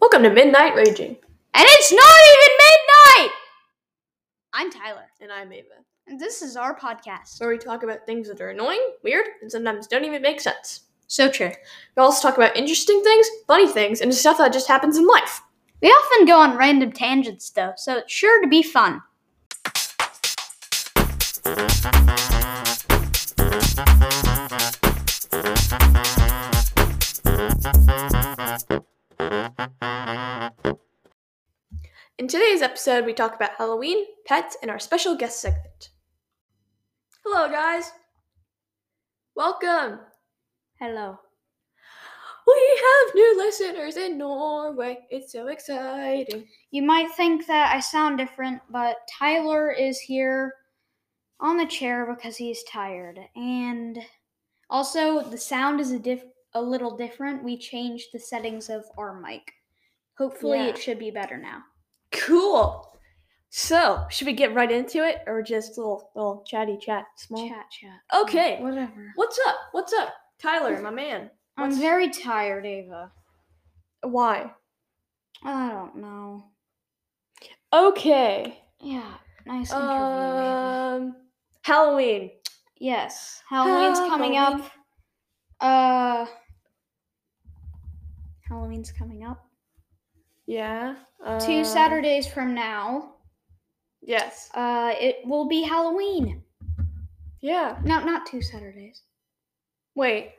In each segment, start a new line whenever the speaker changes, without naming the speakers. Welcome to Midnight Raging.
And it's not even midnight! I'm Tyler,
And I'm Ava,
and this is our podcast.
where we talk about things that are annoying, weird, and sometimes don't even make sense.
So true.
We also talk about interesting things, funny things, and stuff that just happens in life.
We often go on random tangents, though, so it's sure to be fun.
In today's episode, we talk about Halloween, pets, and our special guest segment. Hello, guys. Welcome.
Hello.
We have new listeners in Norway. It's so exciting.
You might think that I sound different, but Tyler is here on the chair because he's tired. And also, the sound is a, diff- a little different. We changed the settings of our mic. Hopefully,
Yeah.
it should be better now.
Cool. So, should we get right into it, or just a little, little chatty chat, small?
Chat, chat.
Okay.
Whatever.
What's up? What's up, Tyler, my man?
I'm
What's-
very tired, Ava.
Why?
I don't know.
Okay.
Yeah, nice interview. Ava.
Um, Halloween.
Uh, yes, Halloween's coming up.
Halloween.
Uh, Halloween's coming up
Yeah.
two
um,
Saturdays from now.
Yes.
Uh, it will be Halloween.
Yeah.
No, not two Saturdays.
Wait.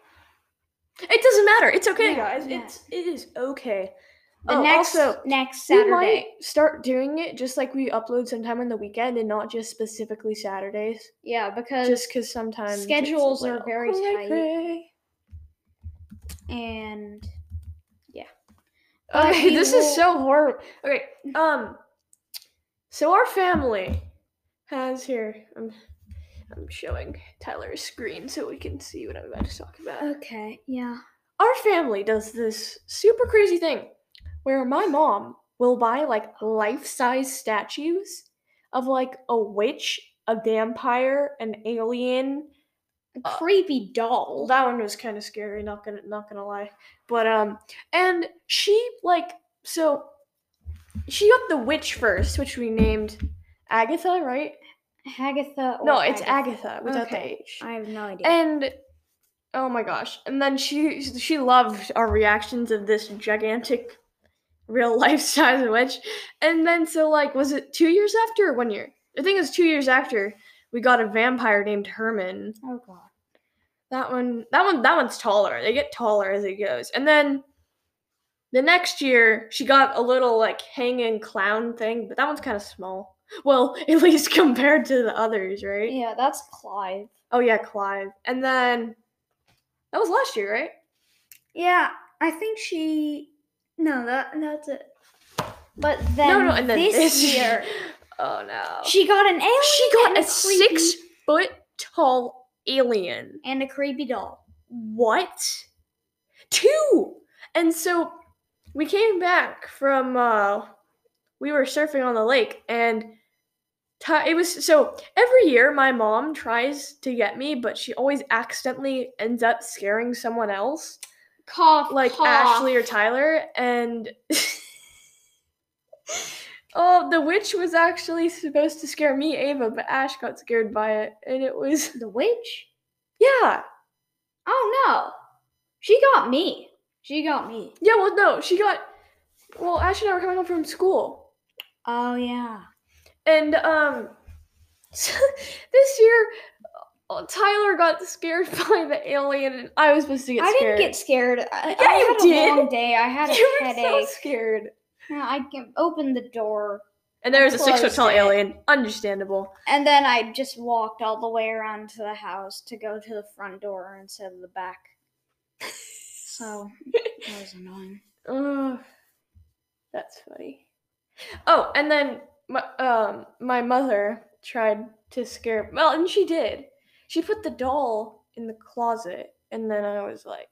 It doesn't matter. It's okay,
Yeah,
guys.
yeah.
It's it is okay.
The
oh,
next
also,
next
we might
Saturday.
start doing it just like we upload sometime on the weekend and not just specifically Saturdays.
Yeah, because
Just because sometimes it's oh, a
schedules are
little
very tight.
cray-cray.
and But
Okay,
we
this
will-
is so horrible. Okay, um, so our family has here. I'm, I'm showing Tyler's screen so we can see what I'm about to talk about.
okay, yeah.
Our family does this super crazy thing where my mom will buy like life-size statues of like a witch, a vampire, an alien,
A
Uh,
creepy
well,
doll.
that one was kind of scary. Not gonna, not gonna lie. But um, and she like so, she got the witch first, which we named Agatha, right?
Agatha. Or
no, it's Agatha without
Okay.
the H.
I have no idea.
And oh my gosh! And then she she loved our reactions of this gigantic, real life size witch. And then so like, was it two years after or one year? I think it was two years after we got a vampire named Herman.
oh god.
That one, that one, that one's taller. They get taller as it goes. And then the next year, she got a little like hanging clown thing, but that one's kind of small. Well, at least compared to the others, right?
Yeah, that's Clive.
Oh yeah, Clive. And then that was last year, right?
Yeah, I think she. No, that that's it. But then
no, no. And then
this,
this,
year,
oh no.
she got an alien.
she got
and
a
creepy-
six foot tall alien.
and a creepy doll.
what two and so we came back from uh we were surfing on the lake and Ty- it was so every year my mom tries to get me but she always accidentally ends up scaring someone else
Cough.
like
cough.
Ashley or Tyler, and oh, the witch was actually supposed to scare me, Ava, but Ash got scared by it, and it was
the witch.
yeah,
Oh no, she got me. She got me.
yeah. Well, no, she got well. Ash and I were coming home from school,
Oh yeah.
and um, this year. uh, Tyler got scared by the alien, and I was supposed to get
I
scared.
didn't get scared. I,
Yeah,
I
you
had a
did.
long day. I had a
you were
headache.
so scared.
Yeah, I g- opened the door
And there was a six foot
Closed
tall
it.
alien. Understandable.
and then I just walked all the way around to the house to go to the front door instead of the back. So that was annoying.
Ugh, that's funny. Oh, and then my um my mother tried to scare well, and she did. She put the doll in the closet, and then I was like,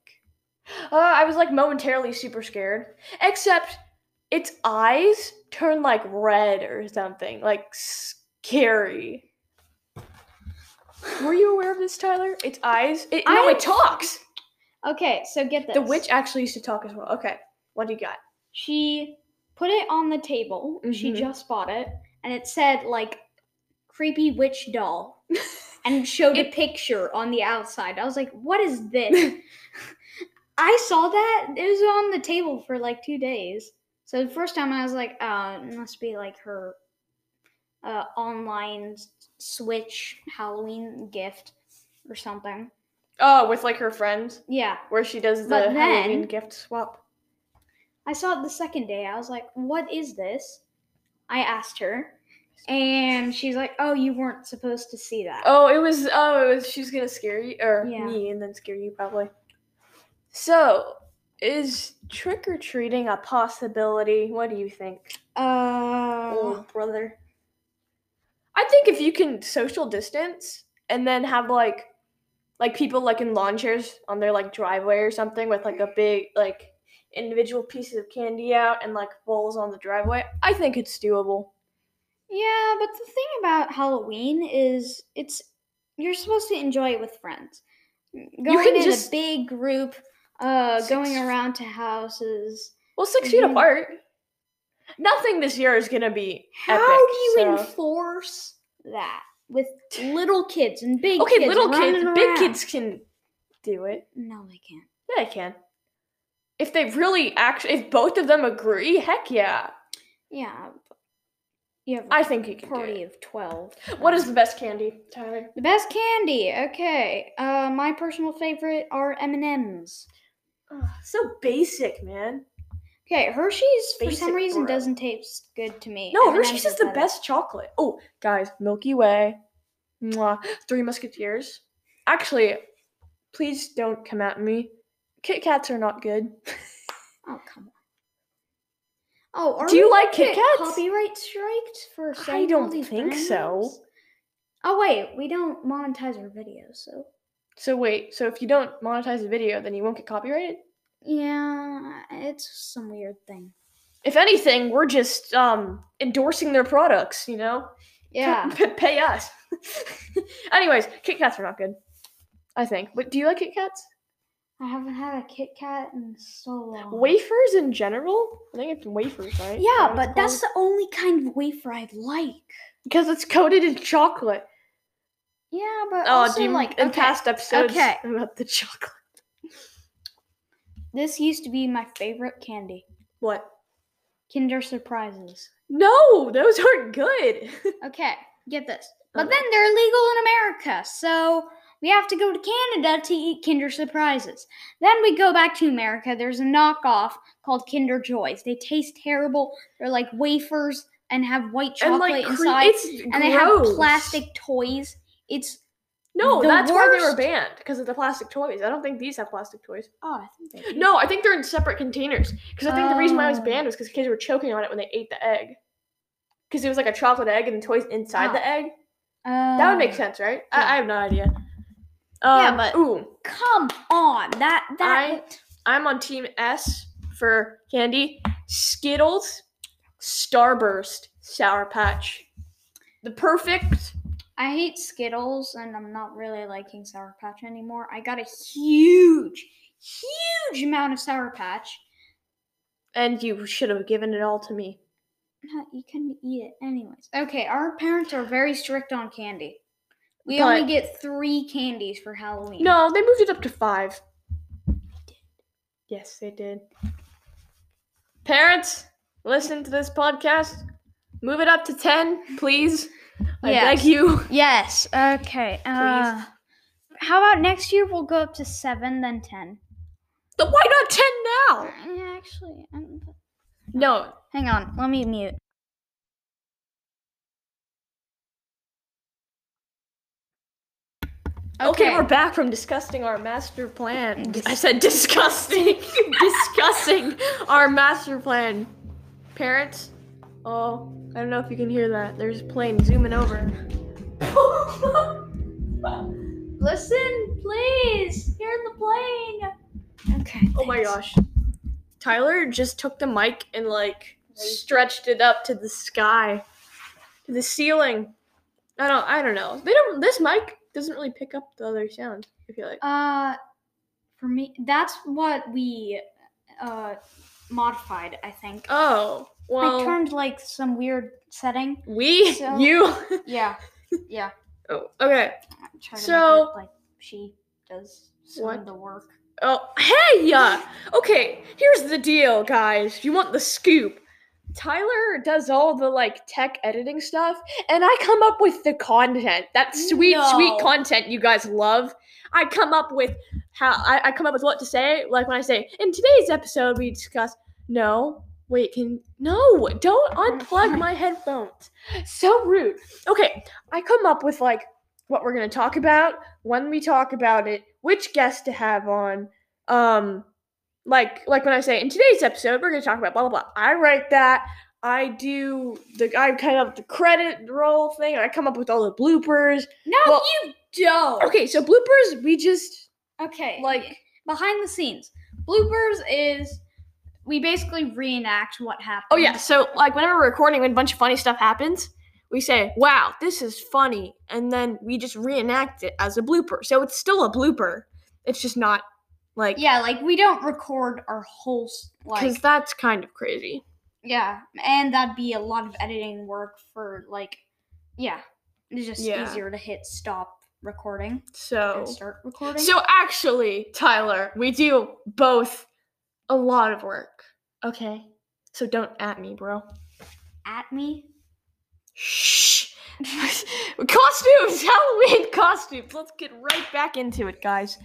uh, I was like momentarily super scared. Except its eyes turned like red or something, like scary. Were you aware of this, Tyler? Its eyes. It, no,
I-
it talks.
Okay, so get this.
The witch actually used to talk as well. Okay, what do you got?
She put it on the table. She
Mhm.
just bought it, and it said like creepy witch doll, and showed a picture on the outside. I was like, "What is this?" I saw that it was on the table for like two days. So the first time I was like, "Oh, it must be like her uh, online s- Switch Halloween gift or something."
oh, with like her friend,
Yeah,
where she does the
But
Halloween
then-
gift swap.
I saw it the second day. I was like, "What is this?" I asked her, and she's like, "Oh, you weren't supposed to see that."
Oh, it was. Oh, it was. She's gonna scare you or
Yeah.
me, and then scare you probably. So, is trick or treating a possibility? What do you think,
Uh,
old brother? I think if you can social distance and then have like, like people like in lawn chairs on their like driveway or something with like a big like individual pieces of candy out and like bowls on the driveway. I think it's doable.
yeah, but the thing about Halloween is it's you're supposed to enjoy it with friends. Going
can
in
just-
a big group, uh,
Six-
going around to houses.
Well, 6 feet
Mhm.
apart. Nothing this year is gonna be.
How
epic,
do you
so-
enforce that with little kids and big
okay,
kids?
little kids,
running
big
around?
kids can do it.
No, they can't.
Yeah, they can. If they really actually, if both of them agree, heck yeah,
Yeah. but You have a
I think you can
party
do
of 12.
it. What is the best candy, Tyler?
the best candy? Okay. Uh my personal favorite are M&Ms.
Ugh, so basic, man.
Okay, Hershey's for
Basic
some reason
bro.
doesn't taste good to me.
No,
M&M's
Hershey's
are
is the
better.
best chocolate. Oh, guys, Milky Way, Mwah. Three Musketeers. Actually, please don't come at me. Kit Kats are not good.
Oh, come on. Oh, are
Do you
we
like
gonna
Kit
get
Kats?
Copyright striked for
I
saying all
don't
these
think
brand
so.
names? Oh wait, we don't monetize our videos, so
So wait, so if you don't monetize the video, then you won't get copyrighted.
yeah, it's some weird thing.
If anything, we're just um, endorsing their products. You know.
Yeah,
P- pay us. Anyways, Kit Kats are not good. I think. But do you like Kit Kats?
I haven't had a Kit Kat in so long.
Wafers in general? I think it's wafers, right?
Uh-huh. Yeah, but that's the only kind of wafer I like.
because it's coated in chocolate.
Yeah, but
Oh,
also
do you
like
in
okay,
past episodes
okay.
about the chocolate?
this used to be my favorite candy,
What?
Kinder Surprises.
No, those aren't good.
Okay, get this. But
Okay.
then they're illegal in America, so we have to go to Canada to eat Kinder Surprises. Then we go back to America. There's a knockoff called Kinder Joys. They taste terrible. They're like wafers and have white
and
chocolate
like cre-
inside,
it's
and they have
gross.
plastic toys. It's
No,
the
that's why they were
worst.
banned because of the plastic toys. I don't think these have plastic toys.
oh, I think they do.
No, I think they're in separate containers. Because I think the reason why it was
Oh.
banned was because kids were choking on it when they ate the egg. Because it was like a chocolate egg and the toys inside
Ah.
the egg.
Uh,
That would make sense, right? I, I have no idea. Um,
Yeah, but-
ooh,
Come on, that that
I- I'm on Team S for candy. Skittles, Starburst, Sour Patch, the perfect.
I hate Skittles and I'm not really liking Sour Patch anymore. I got a huge, huge amount of Sour Patch.
And you should have given it all to me.
No, You couldn't eat it anyways. Okay, our parents are very strict on candy. We
But-
only get three candies for Halloween.
No, they moved it up to five. Yes, they did. Parents, listen to this podcast. Move it up to ten, please. I
Yes.
beg you.
Yes. Okay.
uh,
how about next year we'll go up to seven, then ten.
But why not ten now?
Yeah, actually, um,
No,
hang on. Let me mute.
Okay. we're back from discussing our master plan. I said disgusting. discussing our master plan. Parents, oh, I don't know if you can hear that. There's a plane zooming over.
Listen, please. Hear the plane. Okay.
Oh my
thanks.
gosh. Tyler just took the mic and like stretched it up to the sky, to the ceiling. I don't. I don't know. They don't. This mic doesn't really pick up the other sound. I feel like.
Uh, for me, that's what we uh modified, I think.
Oh, well,
I turned like some weird setting.
we,
so-
you.
Yeah. Yeah.
oh, okay.
I try to
So-
make it like she does some
What?
of the work.
Oh, hey, yeah. Okay, here's the deal, guys. You want the scoop? Tyler does all the like tech editing stuff, and I come up with the content. That sweet,
No.
sweet content you guys love. I come up with how I, I come up with what to say. Like when I say, in today's episode, we discuss. No, wait, can no? Don't unplug my headphones. So rude. Okay, I come up with like what we're gonna talk about when we talk about it, which guest to have on. Um, like like when I say in today's episode, we're gonna talk about blah blah blah. I write that. I do the I kind of the credit roll thing. I come up with all the bloopers.
No,
Well-
you don't.
Okay, so bloopers we just
Okay.
like
behind the scenes. Bloopers is we basically reenact what happened.
oh yeah. So like whenever we're recording, when a bunch of funny stuff happens, we say wow this is funny, and then we just reenact it as a blooper. So it's still a blooper. It's just not like
Yeah, like we don't record our whole s-
because
like
that's kind of crazy.
yeah, and that'd be a lot of editing work for like yeah, it's just
Yeah.
easier to hit stop recording
So
and start recording.
So actually, Tyler, we do both a lot of work. Okay. So don't at me, bro.
at me.
Shh. costumes, Halloween costumes. Let's get right back into it, guys.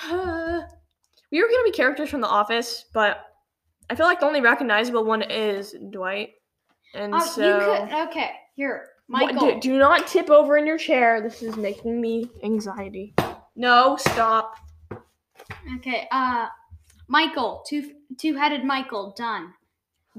we were gonna be characters from The Office, but I feel like the only recognizable one is Dwight. And
Oh,
so,
you could okay, here.
What-
Michael.
do, do not tip over in your chair. This is making me anxiety. No, stop.
Okay, uh Michael, two two-headed Michael, done.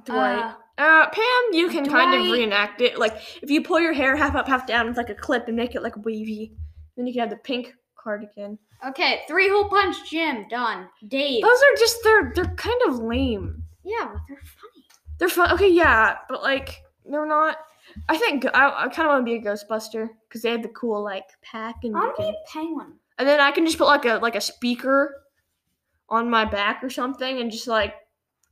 Dwight.
Uh,
Uh, Pam, you can kind of
Dwight-
reenact it. Like, if you pull your hair half up, half down with like a clip and make it like wavy, then you can have the pink cardigan.
okay, three-hole punch Jim, done. Dave.
Those are just they're they're kind of lame.
Yeah, but they're funny.
They're fun. Okay, yeah, but like they're not. I think I, I kind of want to be a Ghostbuster because they had the cool like pack and. you
I want to be
can-
a penguin.
and then I can just put like a like a speaker on my back or something and just like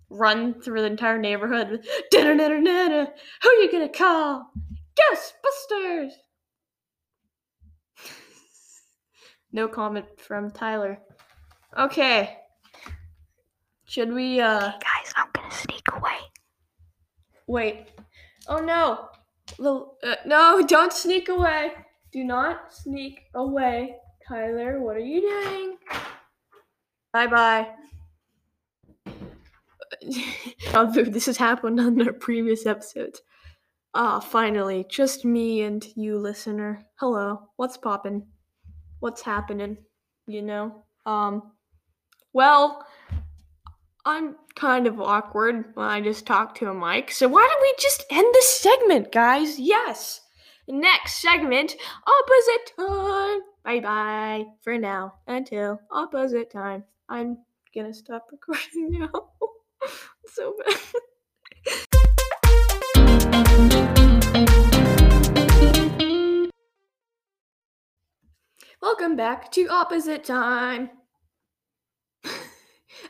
run through the entire neighborhood with da-da-da-da-da. Who you gonna call? Ghostbusters. no comment from Tyler. Okay. Should we uh
Guys, I'm gonna sneak away.
Wait. Oh no. Lil- uh, no, don't sneak away. Do not sneak away. Tyler, what are you doing? Bye bye. Although this has happened on our previous episodes. Ah, finally, just me and you, listener. Hello, what's poppin'? What's happening? You know? Um, well, I'm kind of awkward when I just talk to a mic, so why don't we just end this segment, guys? Yes! Next segment, opposite time! Bye bye for now until opposite time. I'm gonna stop recording now. so bad. Welcome back to opposite time.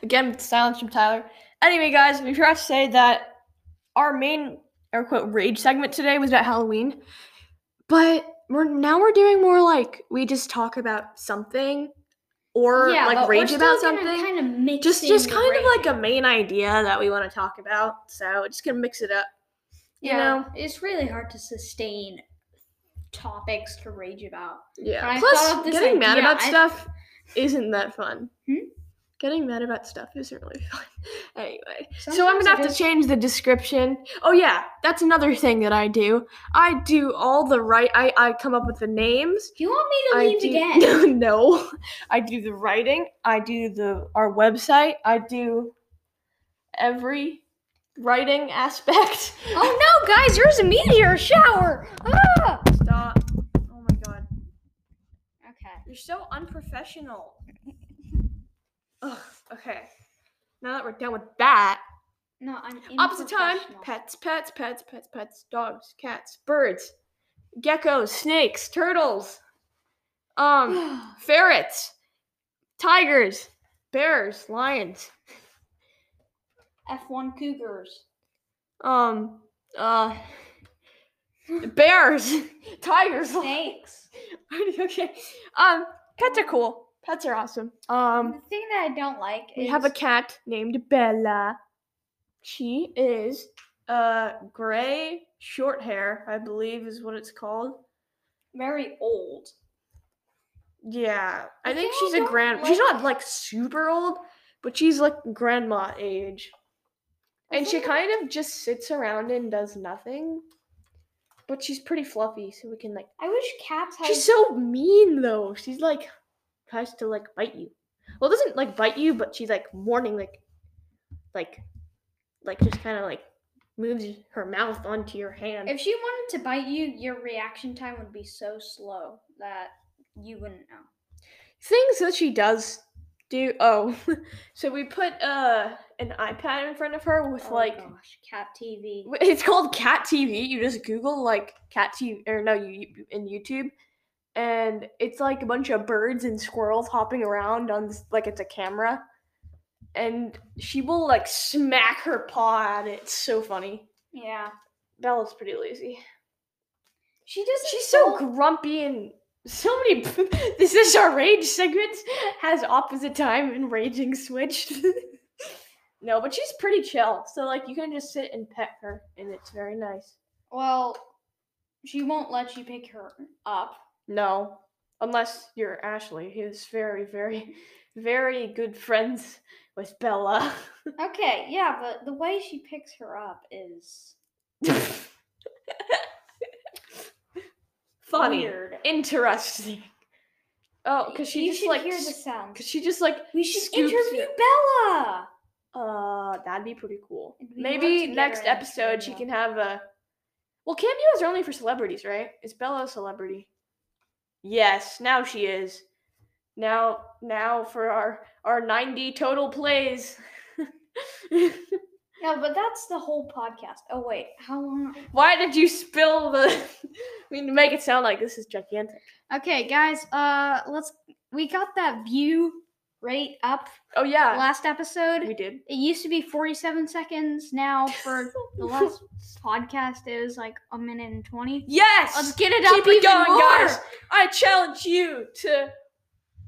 Again, with silence from Tyler. Anyway, guys, we forgot to say that our main air quote rage segment today was about Halloween, but we're now we're doing more like we just talk about something or
yeah,
like
but
rage
we're
about
still gonna
something.
Kind of mix.
just just
in
kind
the
of like
rage.
a main idea that we want to talk about. So we're just gonna mix it up. you know.
It's really hard to sustain topics to rage about.
Yeah.
I thought of
Plus,
this
getting mad
idea,
about
I-
stuff isn't that fun.
Hmm?
Getting mad about stuff isn't really fun. anyway, so I'm
Sometimes
gonna
it
have to
is-
change the description. Oh yeah, that's another thing that I do. I do all the right. I I come up with the names.
Do you want
I
me to leave
do,
again?
no, I do the writing. I do the our website. I do every writing aspect.
Oh no, guys! There's a meteor shower. Ah!
Stop. Oh my god.
Okay.
You're so unprofessional. Ugh, okay. Now that we're done with that,
No, I'm
opposite time
unprofessional.
pets, pets, pets, pets, pets, dogs, cats, birds, geckos, snakes, turtles, um, ferrets, tigers, bears, lions.
F1 Cougars.
Um, uh, bears, tigers,
Snakes.
okay. Um, pets are cool. Pets are awesome. Um,
the thing that I don't like
we
is
have a cat named Bella. She is uh gray, short hair, I believe is what it's called.
very old.
Yeah, I
The
think
thing I
she's a
don't
grand. she's
like-
not like super old, but she's like grandma age.
The
And she
thing-
kind of just sits around and does nothing. But she's pretty fluffy, so we can like.
I wish cats had.
She's so mean though. She's like tries to like bite you. Well, doesn't like bite you, but she's like warning, like, like, like just kind of like moves her mouth onto your hand.
if she wanted to bite you, your reaction time would be so slow that you wouldn't know.
things that she does do oh so we put uh an ipad in front of her with
Oh
like
gosh, cat TV.
w- it's called cat tv you just google like cat tv or no you you- in youtube and it's like a bunch of birds and squirrels hopping around on this, like it's a camera and she will like smack her paw at it it's so funny
Yeah,
bella's pretty lazy
she doesn't.
She's so
fall-
grumpy and so many. this is our rage segment has opposite time and raging switched. no, but she's pretty chill. So like you can just sit and pet her, and it's very nice.
Well, she won't let you pick her up.
No, unless you're Ashley, who's very, very, very good friends with Bella.
Okay, yeah, but the way she picks her up is
Funny,
weird.
interesting. Oh, because she
you
just
should
like
hear the
because
sound.
she just like
We should
scoops it.
interview Bella.
Uh, that'd be pretty cool.
And we work
Maybe
together
next
in a
episode she
trio.
can have a. Well, cameos are only for celebrities, right? Is Bella a celebrity? Yes, now she is. Now, now for our our ninety total plays.
No, but that's the whole podcast. Oh wait, how long?
Why did you spill the? we need to make it sound like this is gigantic.
Okay, guys. Uh, let's. We got that view rate up
Oh yeah,
last episode.
we did.
It used to be 47 seconds. Now for the last podcast, it was like a minute and 20.
Yes.
Let's get it up
Keep it
even
going,
more.
guys. I challenge you to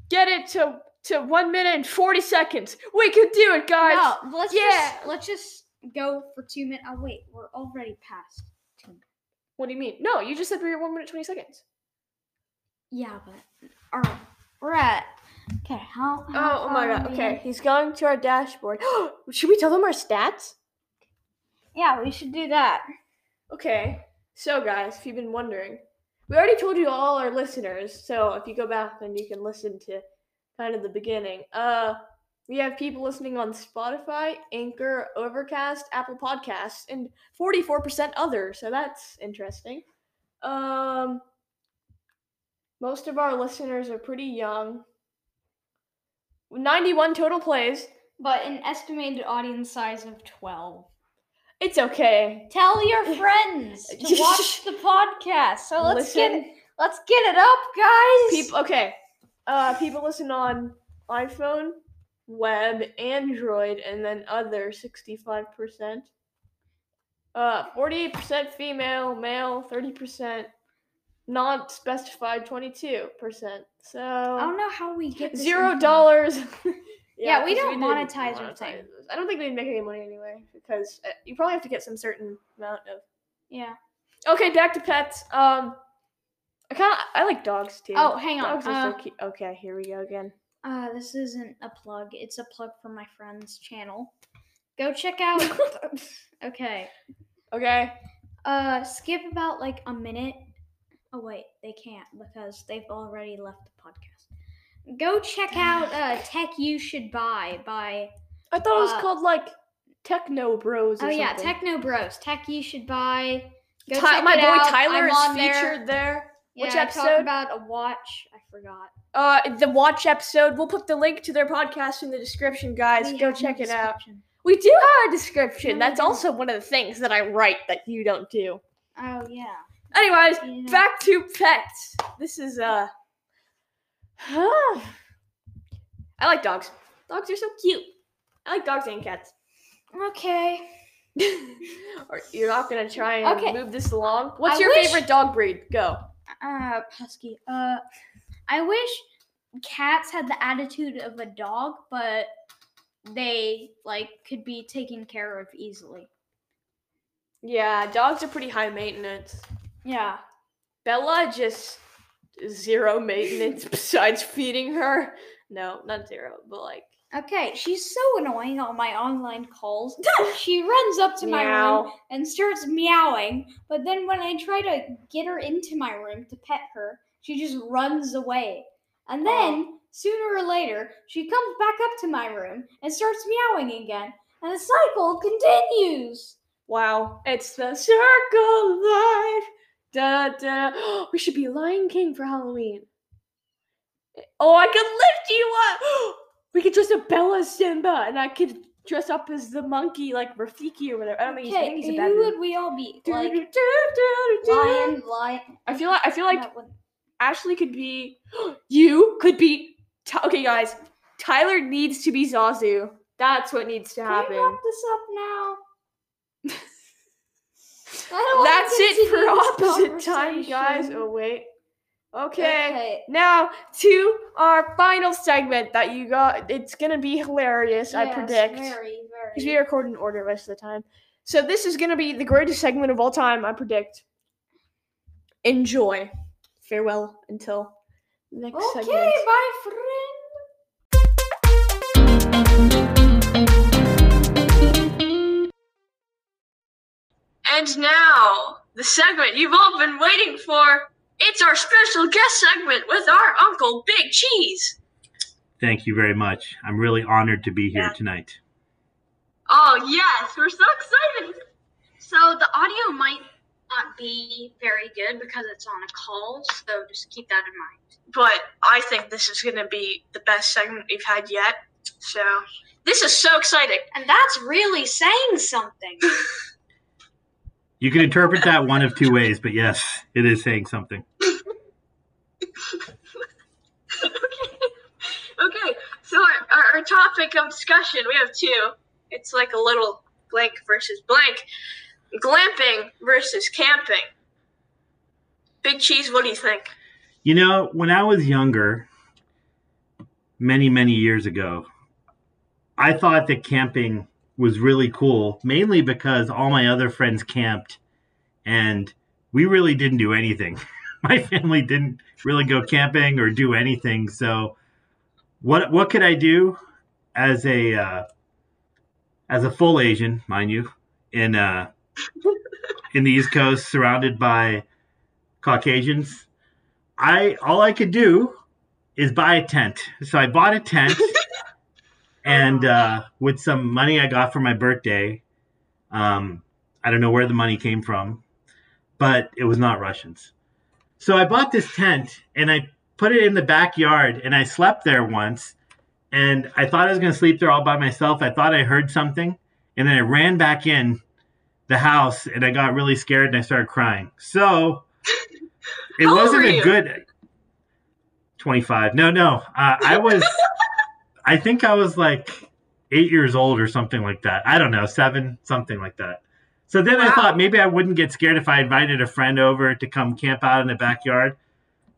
get it to to one minute and forty seconds. We can do it, guys.
No, let's
Yeah.
just let's just go for two minutes. Oh wait, we're already past two. minutes.
What do you mean? No, you just said we were one minute twenty seconds.
Yeah, but all right, we're at. Okay, how? how
Oh, oh my
far
god.
are we
Okay,
in?
he's going to our dashboard. Should we tell them our stats?
Yeah, we should do that.
Okay. So guys, if you've been wondering, we already told you all our listeners. So if you go back and you can listen to kind of the beginning. Uh, we have people listening on Spotify, Anchor, Overcast, Apple Podcasts, and 44% other. So that's interesting. Um, most of our listeners are pretty young. 91 total plays.
But an estimated audience size of 12.
It's okay.
Tell your friends to watch the podcast. So let's
Listen.
get let's get it up, guys.
people okay uh people listen on iphone web android and then other 65% uh 48% female male 30% not specified 22%
I don't
so
know how we get this
zero
info.
dollars
Yeah, we
'cause
don't
didn't
monetize our thing.
monetize this. i don't think we'd make any money anyway because uh, you probably have to get some certain amount of
Yeah.
okay back to pets um i kind of i like dogs too
Oh, hang on.
Dogs are
Uh,
so cute. Okay, here we go again.
uh, this isn't a plug. It's a plug for my friend's channel. Go check out. okay.
Okay.
Uh, skip about like a minute. Oh wait, they can't because they've already left the podcast. Go check out uh, "Tech You Should Buy" by
I thought it was
Uh,
called like Techno Bros. Or
Oh yeah,
something.
Techno Bros. Tech you should buy. Go
Ty-
check
my
it
boy
out.
Tyler
I'm
is
on
featured there.
Yeah,
Which
I
episode?
Talk about a watch. I forgot.
Uh, the watch episode. We'll put the link to their podcast in the description, guys.
We
Go
have no
check it out.
description.
We do have a description.
No, we
That's
don't.
also one of the things that I write that you don't do.
Oh yeah.
Anyways,
Yeah.
back to pets. This is uh, I like dogs. Dogs are so cute. I like dogs and cats.
Okay.
or you're not gonna try and
Okay.
move this along. What's
I
your
wish-
favorite dog breed? Go.
Uh, Husky. Uh, I wish cats had the attitude of a dog, but they like could be taken care of easily.
Yeah, dogs are pretty high maintenance.
Yeah.
Bella just zero maintenance besides feeding her. No, not zero, but like
Okay, she's so annoying on my online calls. she runs up to my room
meow.
and starts meowing, but then when I try to get her into my room to pet her, she just runs away. And then, sooner or later, she comes back up to my room and starts meowing again, and the cycle continues.
Wow, it's the circle of life. Da da. We should be Lion King for Halloween. Oh, I could lift you up. We could dress up Bella as Simba, and I could dress up as the monkey, like Rafiki or whatever. I don't think he's, I
Okay,
think he's a
who
bad
would we all be?
dude.
Like,
Do, do, do, do.
lion, lion.
I feel like I feel like
that one.
Ashley could be. You could be. Ty- okay, guys. Tyler needs to be Zazu. That's what needs to
Can we
happen.
wrap this up now?
That's it for opposite time, guys. Oh wait. Okay. Now to our final segment that you got. It's gonna be hilarious, I predict.
Very,
Because we
very.
record in order most of the time. So this is gonna be the greatest segment of all time, I predict. Enjoy. Farewell until next
Okay,
segment.
my friend.
And now, the segment you've all been waiting for. It's our special guest segment with our uncle Big Cheese.
Thank you very much. I'm really honored to be here tonight.
Oh yes, we're so excited. So the audio might not be very good because it's on a call, so just keep that in mind.
But I think this is going to be the best segment we've had yet. So, this is so exciting.
And that's really saying something.
You can interpret that one of two ways, but yes, it is saying something.
Okay, so our, our, our topic of discussion, we have two. It's like a little blank versus blank. Glamping versus camping. Big Cheese, what do you think?
You know, when I was younger, many, many years ago, I thought that camping was really cool, mainly because all my other friends camped and we really didn't do anything. my family didn't really go camping or do anything. So what what could I do as a uh, as a full Asian, mind you, in uh, in the East Coast surrounded by Caucasians? I all I could do is buy a tent. So I bought a tent, and uh, with some money I got for my birthday, um, I don't know where the money came from, but it was not Russians. So I bought this tent and I put it in the backyard and I slept there once, and I thought I was going to sleep there all by myself. I thought I heard something, and then I ran back in the house and I got really scared and I started crying. So it
How old
wasn't
were
a
you?
good 25. No, no. Uh, I was, I think I was like eight years old or something like that. I don't know, seven, something like that. So then I
Wow.
thought maybe I wouldn't get scared if I invited a friend over to come camp out in the backyard.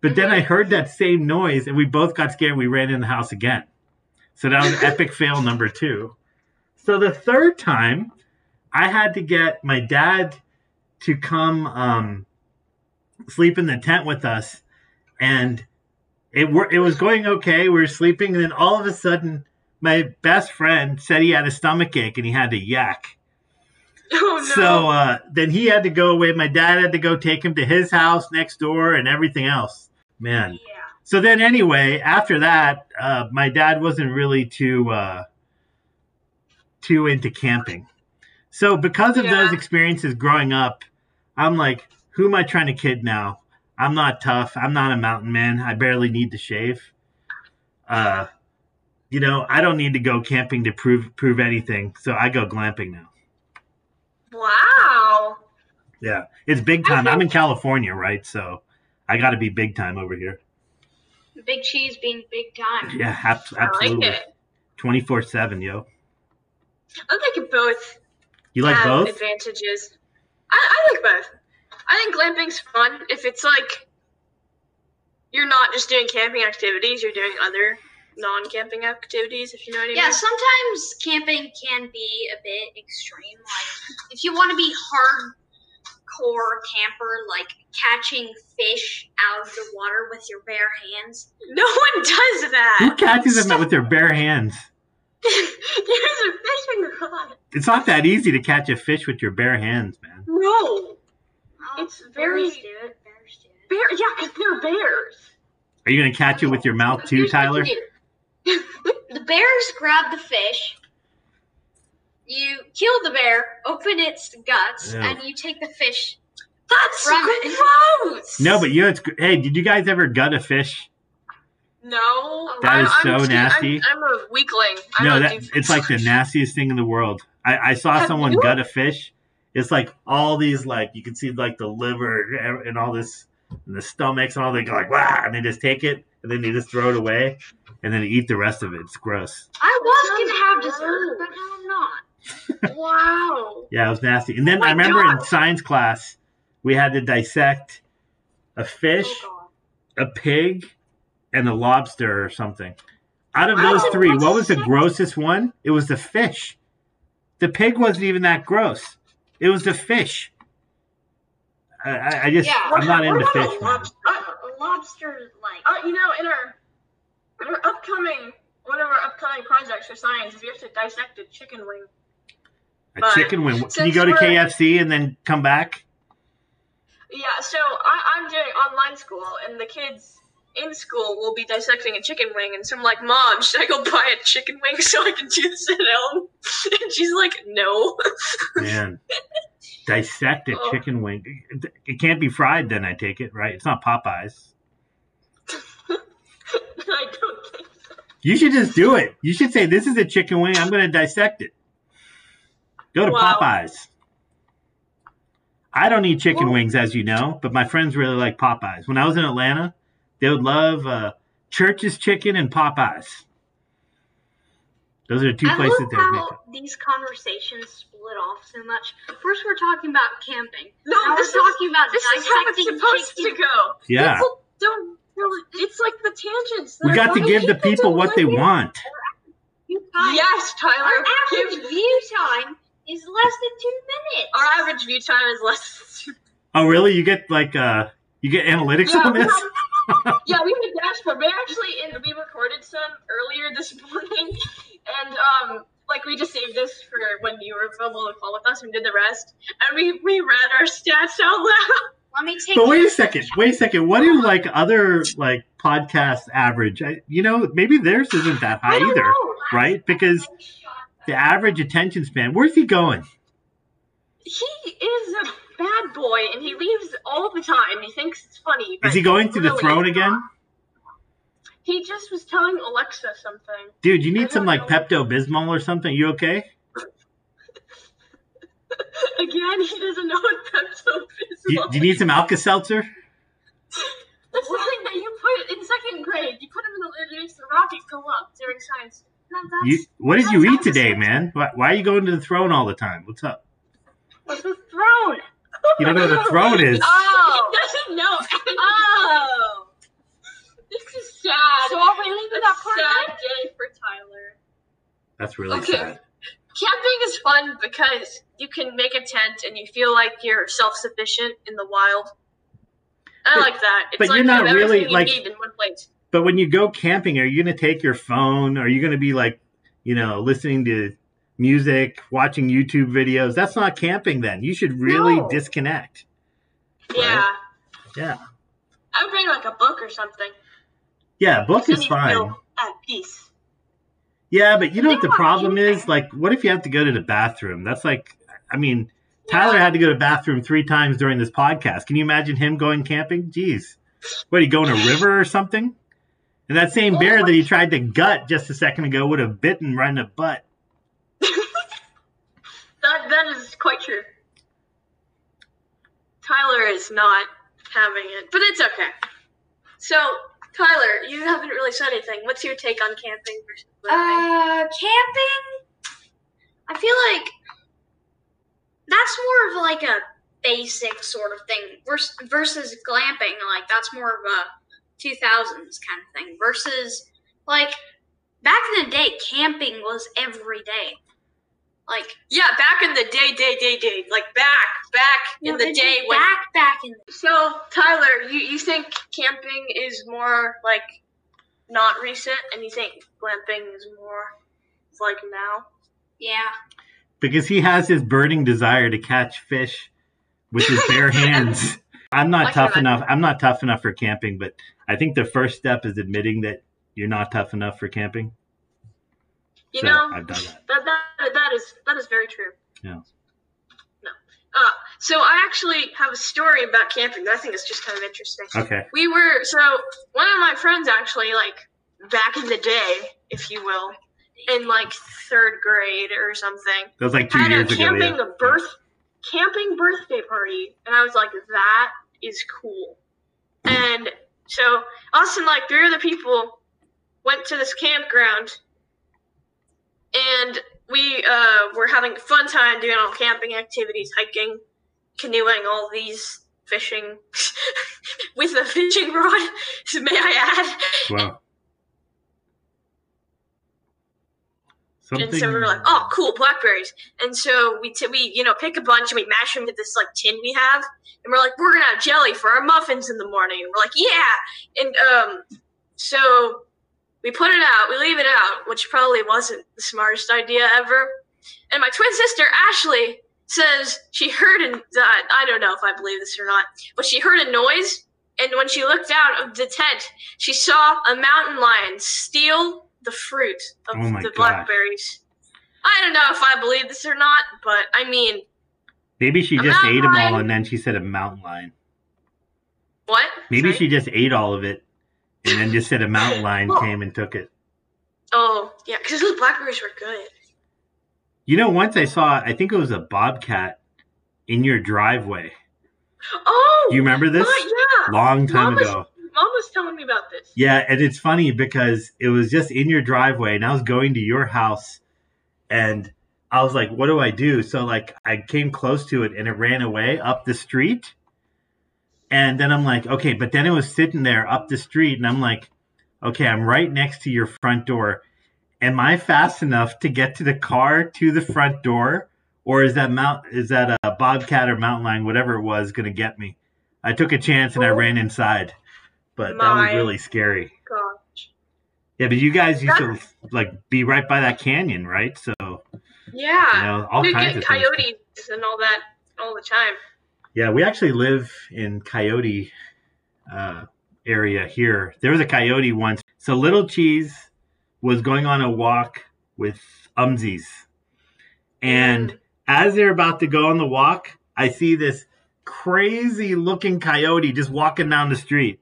But then I heard that same noise and we both got scared. We ran in the house again. So that was epic fail number two. So the third time, I had to get my dad to come um, sleep in the tent with us, and it wor- it was going okay. We were sleeping, and then all of a sudden, my best friend said he had a stomach ache and he had to yak.
Oh
So uh, then he had to go away. My dad had to go take him to his house next door and everything else. Man,
yeah.
so then anyway after that uh, my dad wasn't really too uh, too into camping so because of
Yeah.
those experiences growing up i'm like who am i trying to kid now i'm not tough i'm not a mountain man i barely need to shave uh, you know i don't need to go camping to prove prove anything so i go glamping now
Wow.
yeah it's big time i'm in california right so i got to be big time over here
Big cheese being big time.
yeah ab-
I like
absolutely
it.
24 7 yo
I think it both
You like
have
both?
advantages. I, I like both. I think glamping's fun if it's like you're not just doing camping activities, you're doing other non camping activities, if you know what I mean.
Yeah, sometimes camping can be a bit extreme. Like, if you want to be hardcore camper, like catching fish out of the water with your bare hands.
No one does
Who
that.
catches them with their bare hands?
There's a fishing rod.
It's not that easy to catch a fish with your bare hands, man.
No.
Oh,
It's very-
Bears do it. Bears do it.
Bear, yeah, because they're bears.
Are you going to catch it with your mouth too,
Here's what
Oh, Tyler?
you do. the bears grab the fish. You kill the bear, open its guts,
Ew.
and you take the fish.
That's
From
gross.
No, but you know, it's gr- hey, did you guys ever gut a fish?
no.
That
I'm-
is
I'm
so
too-
nasty.
I'm, I'm a weakling. I
no,
don't
that
do
it's like the nastiest thing in the world. I, I saw
Have
someone
you-
gut a fish. It's like all these like you can see like the liver and- and all this and the stomachs and all they go like wow and they just take it and then they just throw it away and then eat the rest of it. It's gross.
I was
sounds
gonna have dessert,
gross.
but now I'm not.
Wow.
Yeah, it was nasty. And then
Oh my
I remember in
God.
science class we had to dissect a fish, a pig, and a lobster or something. Out of
Wow.
those three, what was the grossest one? It was the fish. The pig wasn't even that gross. It was the fish. I, I, I just,
Yeah.
I'm not into
what about
fish.
A
man.
lobster? Uh,
lobster like
uh, you know, in our in our upcoming one of our upcoming projects for science is we have to dissect a chicken wing.
A chicken wing. Can you
Since
go to
we're-
KFC and then come back?
Yeah, so I, I'm doing online school, and the kids in school will be dissecting a chicken wing, and so I'm like, Mom, should I go buy a chicken wing so I can do this at home? And she's like, No.
Man, dissect a
Oh.
chicken wing. It- It can't be fried, then I take it, right? It's not Popeyes.
I don't think
You should just do it. You should say, This is a chicken wing. I'm going to dissect it. Go to
Wow.
Popeyes. I don't eat chicken
Well-
wings, as you know, but my friends really like Popeyes. When I was in Atlanta, they would love uh, Church's Chicken and Popeyes. Those are the two
I
places
love
they would make
how these conversations split off so much. First, we're talking about camping.
No, Oh,
now
this
we're
is
talking about
this is how it's
dissecting
supposed
chicken.
to go.
it. Yeah.
People don't. don't- It's like the tangents. that
We
are
got to
going-
give the people
don't
what they
like it.
want.
Guys,
Yes,
Our
Tyler.
average
give-
view time is less than two minutes.
our average view time is less.
Oh, really? You get like, uh, you get analytics
Yeah,
on
we
this?
yeah, we have a dashboard. We actually in we recorded some earlier this morning, and um, like we just saved this for when you were available to call with us and did the rest, and we we read our stats out loud.
Let me take.
But wait a
this.
second, wait a second. What do like other like podcast average? I, you know, maybe theirs isn't that high
I don't
either,
know.
right? Because the average attention span. Where's he going?
He is a bad boy, and he leaves all the time. He thinks it's funny.
Is
but
he going to the
really,
throne
it's
again,
not. He just was telling Alexa something.
dude? You
I
need
don't
some like
know.
Pepto Bismol or something. You okay?
Again, he doesn't know what Pepto
Do you, do you need some Alka Seltzer?
That's the thing that you put in second grade. You put him in the it makes the rocket go up during science.
No, that's,
You what did
that
you eat
sounds
today,
disgusting.
man? Why, why are you going to the throne all the time? What's up?
What's the throne?
You don't know what the throne is.
Oh, he doesn't know.
oh.
this is sad.
So are we leaving that
That's
part?
sad
out?
day for Tyler.
That's really
Okay.
sad.
Camping is fun because you can make a tent and you feel like you're self-sufficient in the wild. I
But-
like that. It's
but
like
you're
you have
not really,
everything you
like-
need in one place.
But when you go camping, are you going to take your phone? Are you going to be like, you know, listening to music, watching YouTube videos? That's not camping then. You should really
No.
disconnect.
Yeah.
Yeah.
I would bring like a book or something.
Yeah, book
Then
is
you
fine.
feel At peace.
Yeah, but you know what the
don't want
problem is?
anything.
Like, what if you have to go to the bathroom? That's like, I mean, Tyler had to go to the bathroom three times during this podcast. Can you imagine him going camping? Jeez. What, he going a river or something? And that same
Oh
bear that he tried to gut just a second ago would have bitten right in the butt.
That that is quite true. Tyler is not having it, but it's okay. So, Tyler, you haven't really said anything. What's your take on camping versus glamping?
Uh, camping. Uh, I feel like that's more of like a basic sort of thing vers- versus glamping. Like that's more of a 2000s kind of thing versus like back in the day, camping was every day. Like
Yeah, back in the day, day, day, day, like back, back in the day when
back back in
So Tyler, you, you think camping is more like not recent, and you think glamping is more like now?
yeah.
because he has his burning desire to catch fish with his bare hands. I'm not
I
tough
can
enough. I'm not tough enough for camping, but I think the first step is admitting that you're not tough enough for camping.
You
So,
know,
I've done that.
That, that that is that is very true.
Yeah.
No. Uh, so I actually have a story about camping that I think is just kind of interesting.
Okay.
We were so one of my friends actually like back in the day, if you will, in like third grade or something.
That was like two
had a
years ago.
camping
yeah.
a birth camping birthday party, and I was like, that is cool. And so us and like three other people went to this campground, and we uh, were having a fun time doing all camping activities, hiking, canoeing, all these fishing with a fishing rod. May I add?
Wow. Something.
And so we were like, oh, cool, blackberries. And so we, t- we you know, pick a bunch and we mash them into this, like, tin we have. And we're like, we're going to have jelly for our muffins in the morning. And we're like, yeah. And um, so we put it out, we leave it out, which probably wasn't the smartest idea ever. And my twin sister, Ashley, says she heard, an, uh, I don't know if I believe this or not, but she heard a noise. And when she looked out of the tent, she saw a mountain lion steal the fruit of
Oh my
the
gosh.
blackberries. I don't know if I believe this or not, but I mean,
Maybe she
a
just ate them all,
mountain
and then she said a mountain lion.
what?
Maybe
Sorry?
she just ate all of it, and then just said a mountain lion
Well-
came and took it.
Oh, yeah, because those blackberries were good.
You know, once I saw, I think it was a bobcat in your driveway.
Oh,
Do you remember this?
oh, yeah.
Long time
Mama's-
ago.
Mom was telling me about this.
Yeah, and it's funny because it was just in your driveway, and I was going to your house, and I was like, "What do I do?" So like, I came close to it, and it ran away up the street, and then I'm like, "Okay," but then it was sitting there up the street, and I'm like, "Okay, I'm right next to your front door. Am I fast enough to get to the car to the front door, or is that mount is that a bobcat or mountain lion, whatever it was, going to get me?" I took a chance and I ran inside, but that was
My
really scary.
God.
Yeah, but you guys used to
That-
like be right by that canyon, right? So you
Yeah.
know, all
we
kinds
get
of things.
coyotes and all that all the time.
Yeah, we actually live in coyote uh, area here. There was a coyote once. So Little Cheese was going on a walk with Umzies, and
Mm.
as they're about to go on the walk, I see this crazy looking coyote just walking down the street,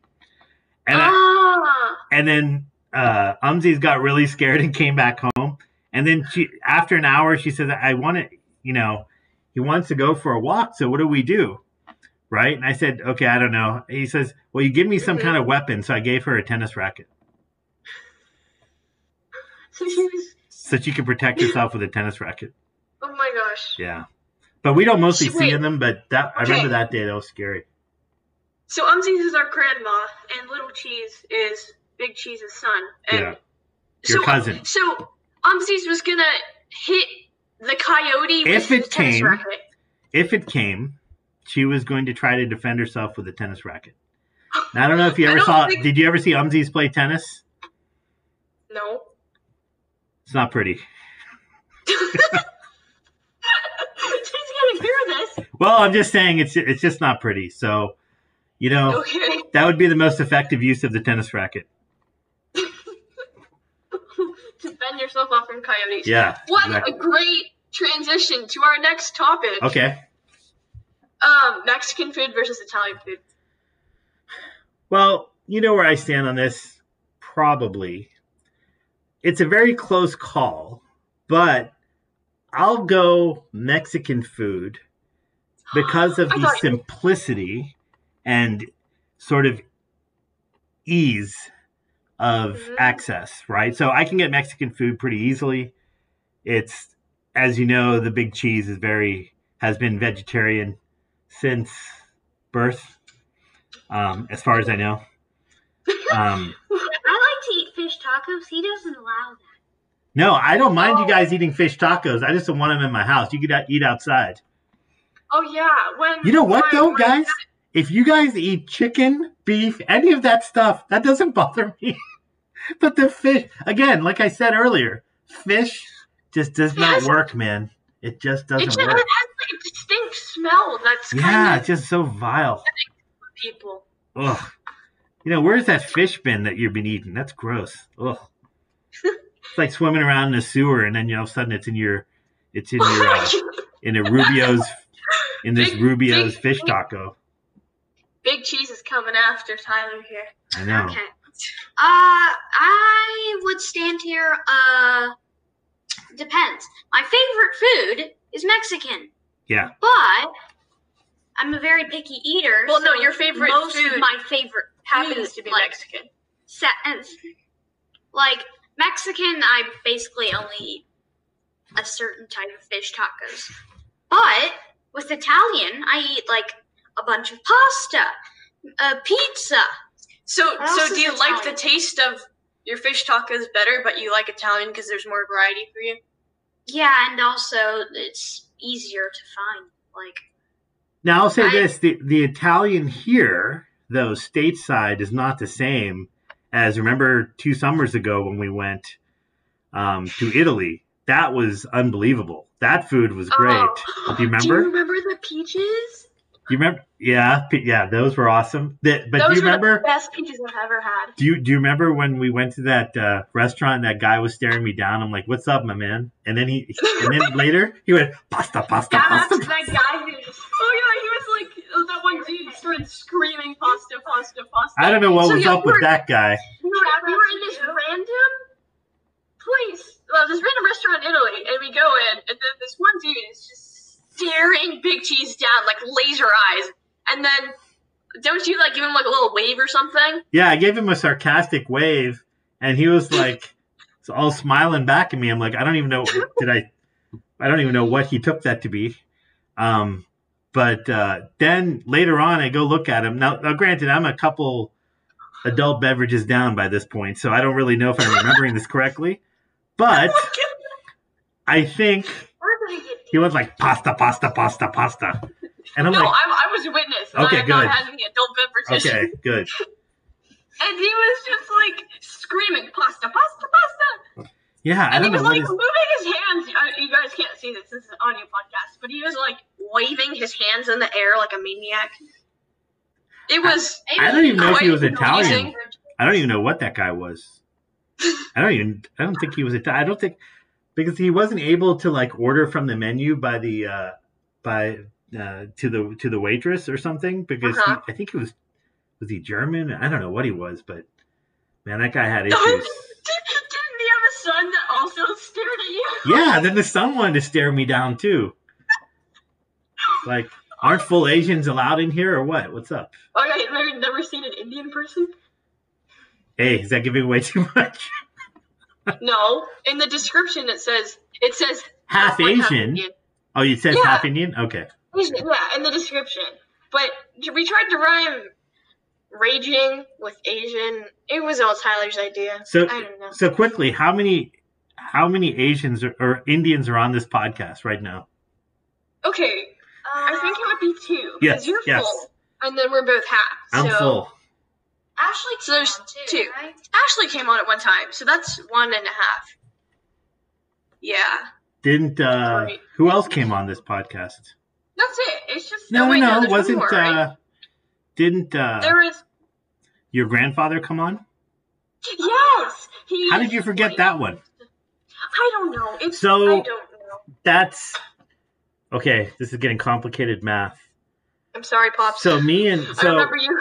and I,
ah,
and then uh Umzi's got really scared and came back home. And then she after an hour she says, I want to, you know, he wants to go for a walk, so what do we do? Right? And I said, Okay, I don't know. He says, Well, you give me some
Mhm.
kind of weapon. So I gave her a tennis racket. So she could protect herself with a tennis racket.
oh my gosh.
Yeah. But we don't mostly
She-
see
wait.
them, but that I remember
Okay.
that day that was scary.
So Umzies is our grandma, and Little Cheese is Big Cheese's son. And
Yeah. Your
so,
cousin.
So Umzies was gonna hit the coyote
If
with
it
his tennis
came.
racket.
if it came, she was going to try to defend herself with a tennis racket. And I don't know if you
I
ever
don't
saw.
think-
Did you ever see Umzies play tennis?
No.
It's not pretty.
She's gonna hear this.
Well, I'm just saying it's it's just not pretty. So, you know,
Okay.
that would be the most effective use of the tennis racket.
to fend yourself off from coyotes.
Yeah.
What
exactly.
a great transition to our next topic.
Okay.
Um, Mexican food versus Italian food.
Well, you know where I stand on this. Probably, it's a very close call, but I'll go Mexican food because of
I
the
thought-
simplicity and sort of ease of
Mhm.
access, right? So I can get Mexican food pretty easily. It's as you know, the big cheese is very has been vegetarian since birth, um, as far as I know. Um,
I like to eat fish tacos. He doesn't allow that.
no, I don't mind you guys eating fish tacos. I just don't want them in my house. You could out- eat outside.
Oh yeah, when
You know what
my-
though,
my
guys? If you guys eat chicken, beef, any of that stuff, that doesn't bother me. but the fish, again, like I said earlier, fish just does not
Yes.
work, man. It just
It
doesn't
just it has
work.
like a distinct smell that's
Yeah,
kind
it's just so vile.
of people.
Ugh. You know, where's that fish bin that you've been eating? That's gross. Ugh. it's like swimming around in a sewer, and then you know, all of a sudden it's in your, it's in your, uh, in a Rubio's, in this
Big-
Rubio's
big-
fish taco.
Big cheese is coming after Tyler here.
I know.
Okay. Uh, I would stand here. Uh, depends. My favorite food is Mexican.
Yeah.
But I'm a very picky eater.
Well, no,
so
your favorite
most
food
of my favorite
Happens
food,
to be
Mm, like,
Mexican.
sa- uh, like Mexican, I basically only eat a certain type of fish tacos. But with Italian, I eat like a bunch of pasta, uh, pizza.
So,
What else
so
is
do you like the
Italian?
taste of your fish tacos better, but you like Italian because there's more variety for you?
Yeah, and also it's easier to find. Like,
Now I'll say
I-
this: the the Italian here, though stateside, is not the same as remember two summers ago when we went um, to Italy. That was unbelievable. That food was
Oh.
great. Do you
Do you
remember?
remember the peaches?
You remember? Yeah, p- yeah, those were awesome. That, but
Those
do you
were
remember?
the best peaches I've ever had.
Do you do you remember when we went to that uh, restaurant? and That guy was staring me down. I'm like, "What's up, my man?" And then he, and then later he went pasta, pasta,
Yeah,
pasta.
that's that guy who. Oh yeah, he was like that one dude started screaming pasta, pasta, pasta.
I don't know what
So,
was
yeah,
up
we
with
were-
that guy.
We were, we were in this random place, well, this random restaurant in Italy, and we go in, and then this one dude is just staring Big Cheese down like laser eyes, and then don't you like give him like a little wave or something?
Yeah, I gave him a sarcastic wave, and he was like, all smiling back at me. I'm like, I don't even know. Did I? I don't even know what he took that to be. Um, but uh, then later on, I go look at him. Now, now, granted, I'm a couple adult beverages down by this point, so I don't really know if I'm remembering this correctly. But I think
we're gonna get
he was like pasta, pasta, pasta, pasta, and I'm
no,
like,
I, I was a witness. and
Okay,
I am not
good.
having adult beverages.
okay, good.
And he was just like screaming pasta, pasta, pasta.
Yeah, I
And he
don't
was
know what
like
is.
moving his hands. Uh, you guys can't see this. This is an audio podcast, but he was like waving his hands in the air like a maniac. It was.
I don't even know if he was
quite
Italian.
confusing.
I don't even know what that guy was. I don't even. I don't think he was. Ita- I don't think because he wasn't able to like order from the menu by the uh by uh to the to the waitress or something because
Uh-huh.
he, I think he was was he German? I don't know what he was, but man, that guy had issues.
Did- Didn't he have a son that also stared at you?
yeah, then the son wanted to stare me down too. Like, aren't full Asians allowed in here or what? What's up?
Okay, have you never seen an Indian person?
Hey, is that giving away too much?
No. In the description, it says it says
Half
like
Asian.
Indian.
Oh, you said
Yeah.
half Indian? Okay.
Asian, Yeah, in the description. But we tried to rhyme raging with Asian. It was all Tyler's idea.
So
I don't know.
So quickly, how many how many Asians or, or Indians are on this podcast right now?
Okay, I think it would be two. Because
Yes,
you're
yes.
full, and then we're both half.
I'm
so
full.
Ashley
So there's
on
two.
Uh, right?
Ashley came on at one time, so that's one and a half.
Yeah.
Didn't uh,
Right.
who else came on this podcast?
That's it. It's just
No,
oh, wait,
no, no,
there's one
wasn't
more, right?
uh, didn't uh,
there is
your grandfather come on?
yes. oh, He.
How did you forget that one?
I don't know. It's
So-
I don't know.
That's okay. This is getting complicated math.
I'm sorry, pops.
So me and
I
so
remember you.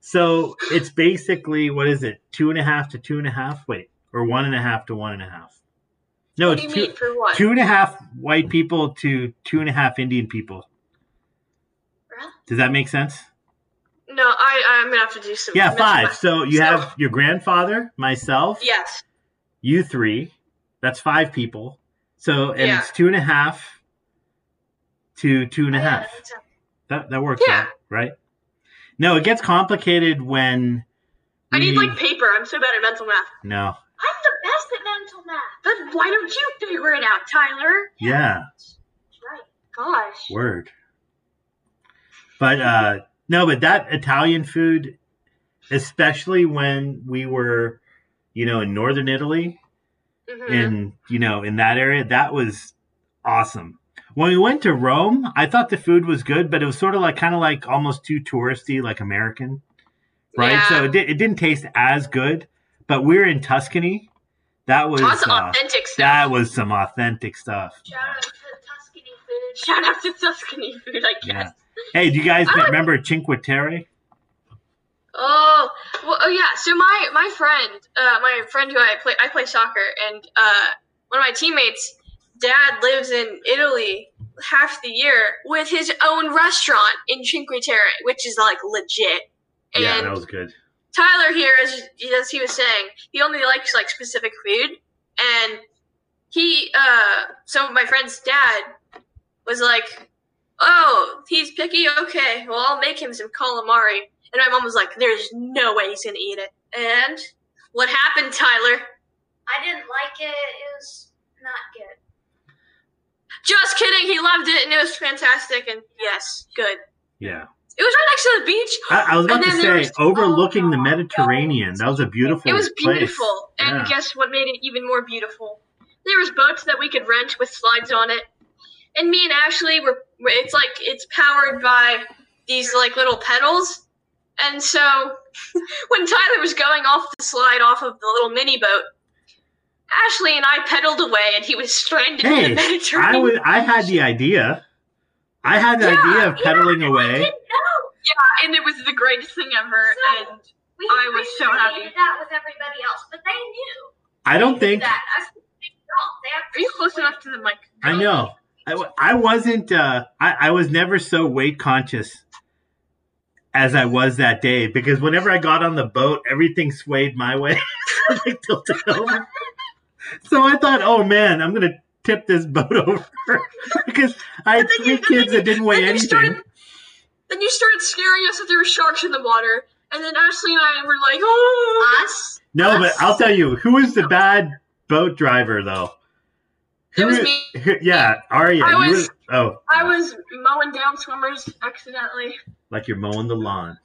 so it's basically what is it? Two and a half to two and a half? Wait, or one and a half to one and a half? No,
What do
it's
you
two
mean for what?
two and a half white people to two and a half Indian people.
Really?
Does that make sense?
No, I I'm gonna have to do some.
Yeah,
mental
five.
math.
So you
So-
have your grandfather, myself,
Yes.
you three. That's five people. So and
Yeah.
it's two and a half to two and a
Yeah,
half.
that's a-
That that works
Oh, Yeah.
out, right? No, it gets complicated when
I need
we-
like paper. I'm so bad at mental math.
no.
I'm the best at mental math.
Then why don't you figure it out, Tyler?
yeah.
Right.
Gosh.
Word. But uh no, but that Italian food, especially when we were, you know, in northern Italy
hmm
and you know, in that area, that was awesome. When we went to Rome, I thought the food was good, but it was sort of like kind of like almost too touristy, like American, right?
Yeah.
So it, di- it didn't taste as good. But we were in Tuscany. That was
Lots of
uh,
authentic stuff.
that was some authentic stuff.
Shout out to Tuscany food.
Shout out to Tuscany food, I guess.
Yeah. Hey, do you guys
I like-
remember Cinque Terre?
Oh, well, oh yeah. So my my friend, uh, my friend who I play I play soccer, and uh, one of my teammates' dad lives in Italy half the year with his own restaurant in Cinque Terre, which is like legit. And
yeah, that was good.
Tyler here, as as he was saying, he only likes like specific food, and he uh, so my friend's dad was like, "Oh, he's picky. Okay, well I'll make him some calamari." And my mom was like, "There's no way he's gonna eat it." And what happened, Tyler?
I didn't like it. It was not good.
Just kidding. He loved it, and it was fantastic. And yes, good.
Yeah.
It was right next to the beach.
I, I was about
And
to
then there
say,
was-
overlooking the
oh,
Mediterranean. That was a beautiful
It was
place.
beautiful. And
Yeah.
guess what made it even more beautiful? There was boats that we could rent with slides on it. And me and Ashley were it's like it's powered by these like little pedals. And so when Tyler was going off the slide off of the little mini boat, Ashley and I pedaled away and he was stranded in
Hey,
the Mediterranean.
I was I had the idea. I had the
Yeah,
idea of pedaling away.
and it was the greatest thing ever.
So-
and
We
I was so
appreciated
happy.
that with everybody else, but they knew.
I don't think
that. That's the big problem. They have
are you
to
close
wait.
enough to the mic?
I know. I, wa- I wasn't uh I, I was never so weight conscious as I was that day because whenever I got on the boat everything swayed my way. Like, tilted over. So I thought, oh man, I'm gonna tip this boat over because I had
But then
three
you- but then
kids that didn't weigh
then you
anything.
started- Then you started scaring us that there were sharks in the water, and then Ashley and I were like, "Oh,
Us?
No, but I'll tell you who is the bad boat driver though.
it
Who
was
is-
me."
who- yeah, Arya.
I
you
was-
were- oh,
I was mowing down swimmers accidentally.
like you're mowing the lawn.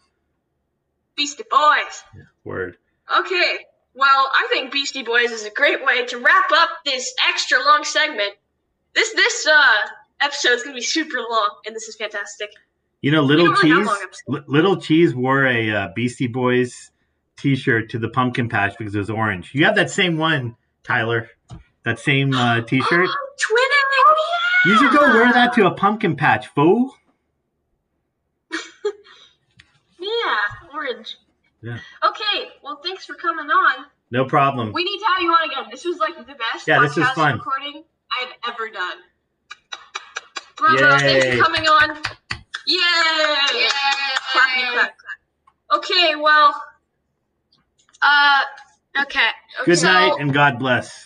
Beastie Boys.
Word.
Okay, well, I think Beastie Boys is a great way to wrap up this extra long segment. This this uh episode is gonna be super long, and this is fantastic.
You know, little
don't really have
cheese.
long episodes.
Li- little cheese wore a uh, Beastie Boys T-shirt to the pumpkin patch because it was orange. You have that same one, Tyler. That same uh, T-shirt.
Twinning.
You should go wear that to a pumpkin patch, fool.
Yeah, orange.
Yeah.
Okay, well, thanks for coming on.
No problem.
We need to have you on again. This was like the best
Yeah,
podcast
this was fun.
recording I've ever done. Bravo, thanks
Yay.
for coming on. Yay!
Yeah.
Clap, clap, clap. Okay, well,
Uh, okay.
okay.
Good night and God bless.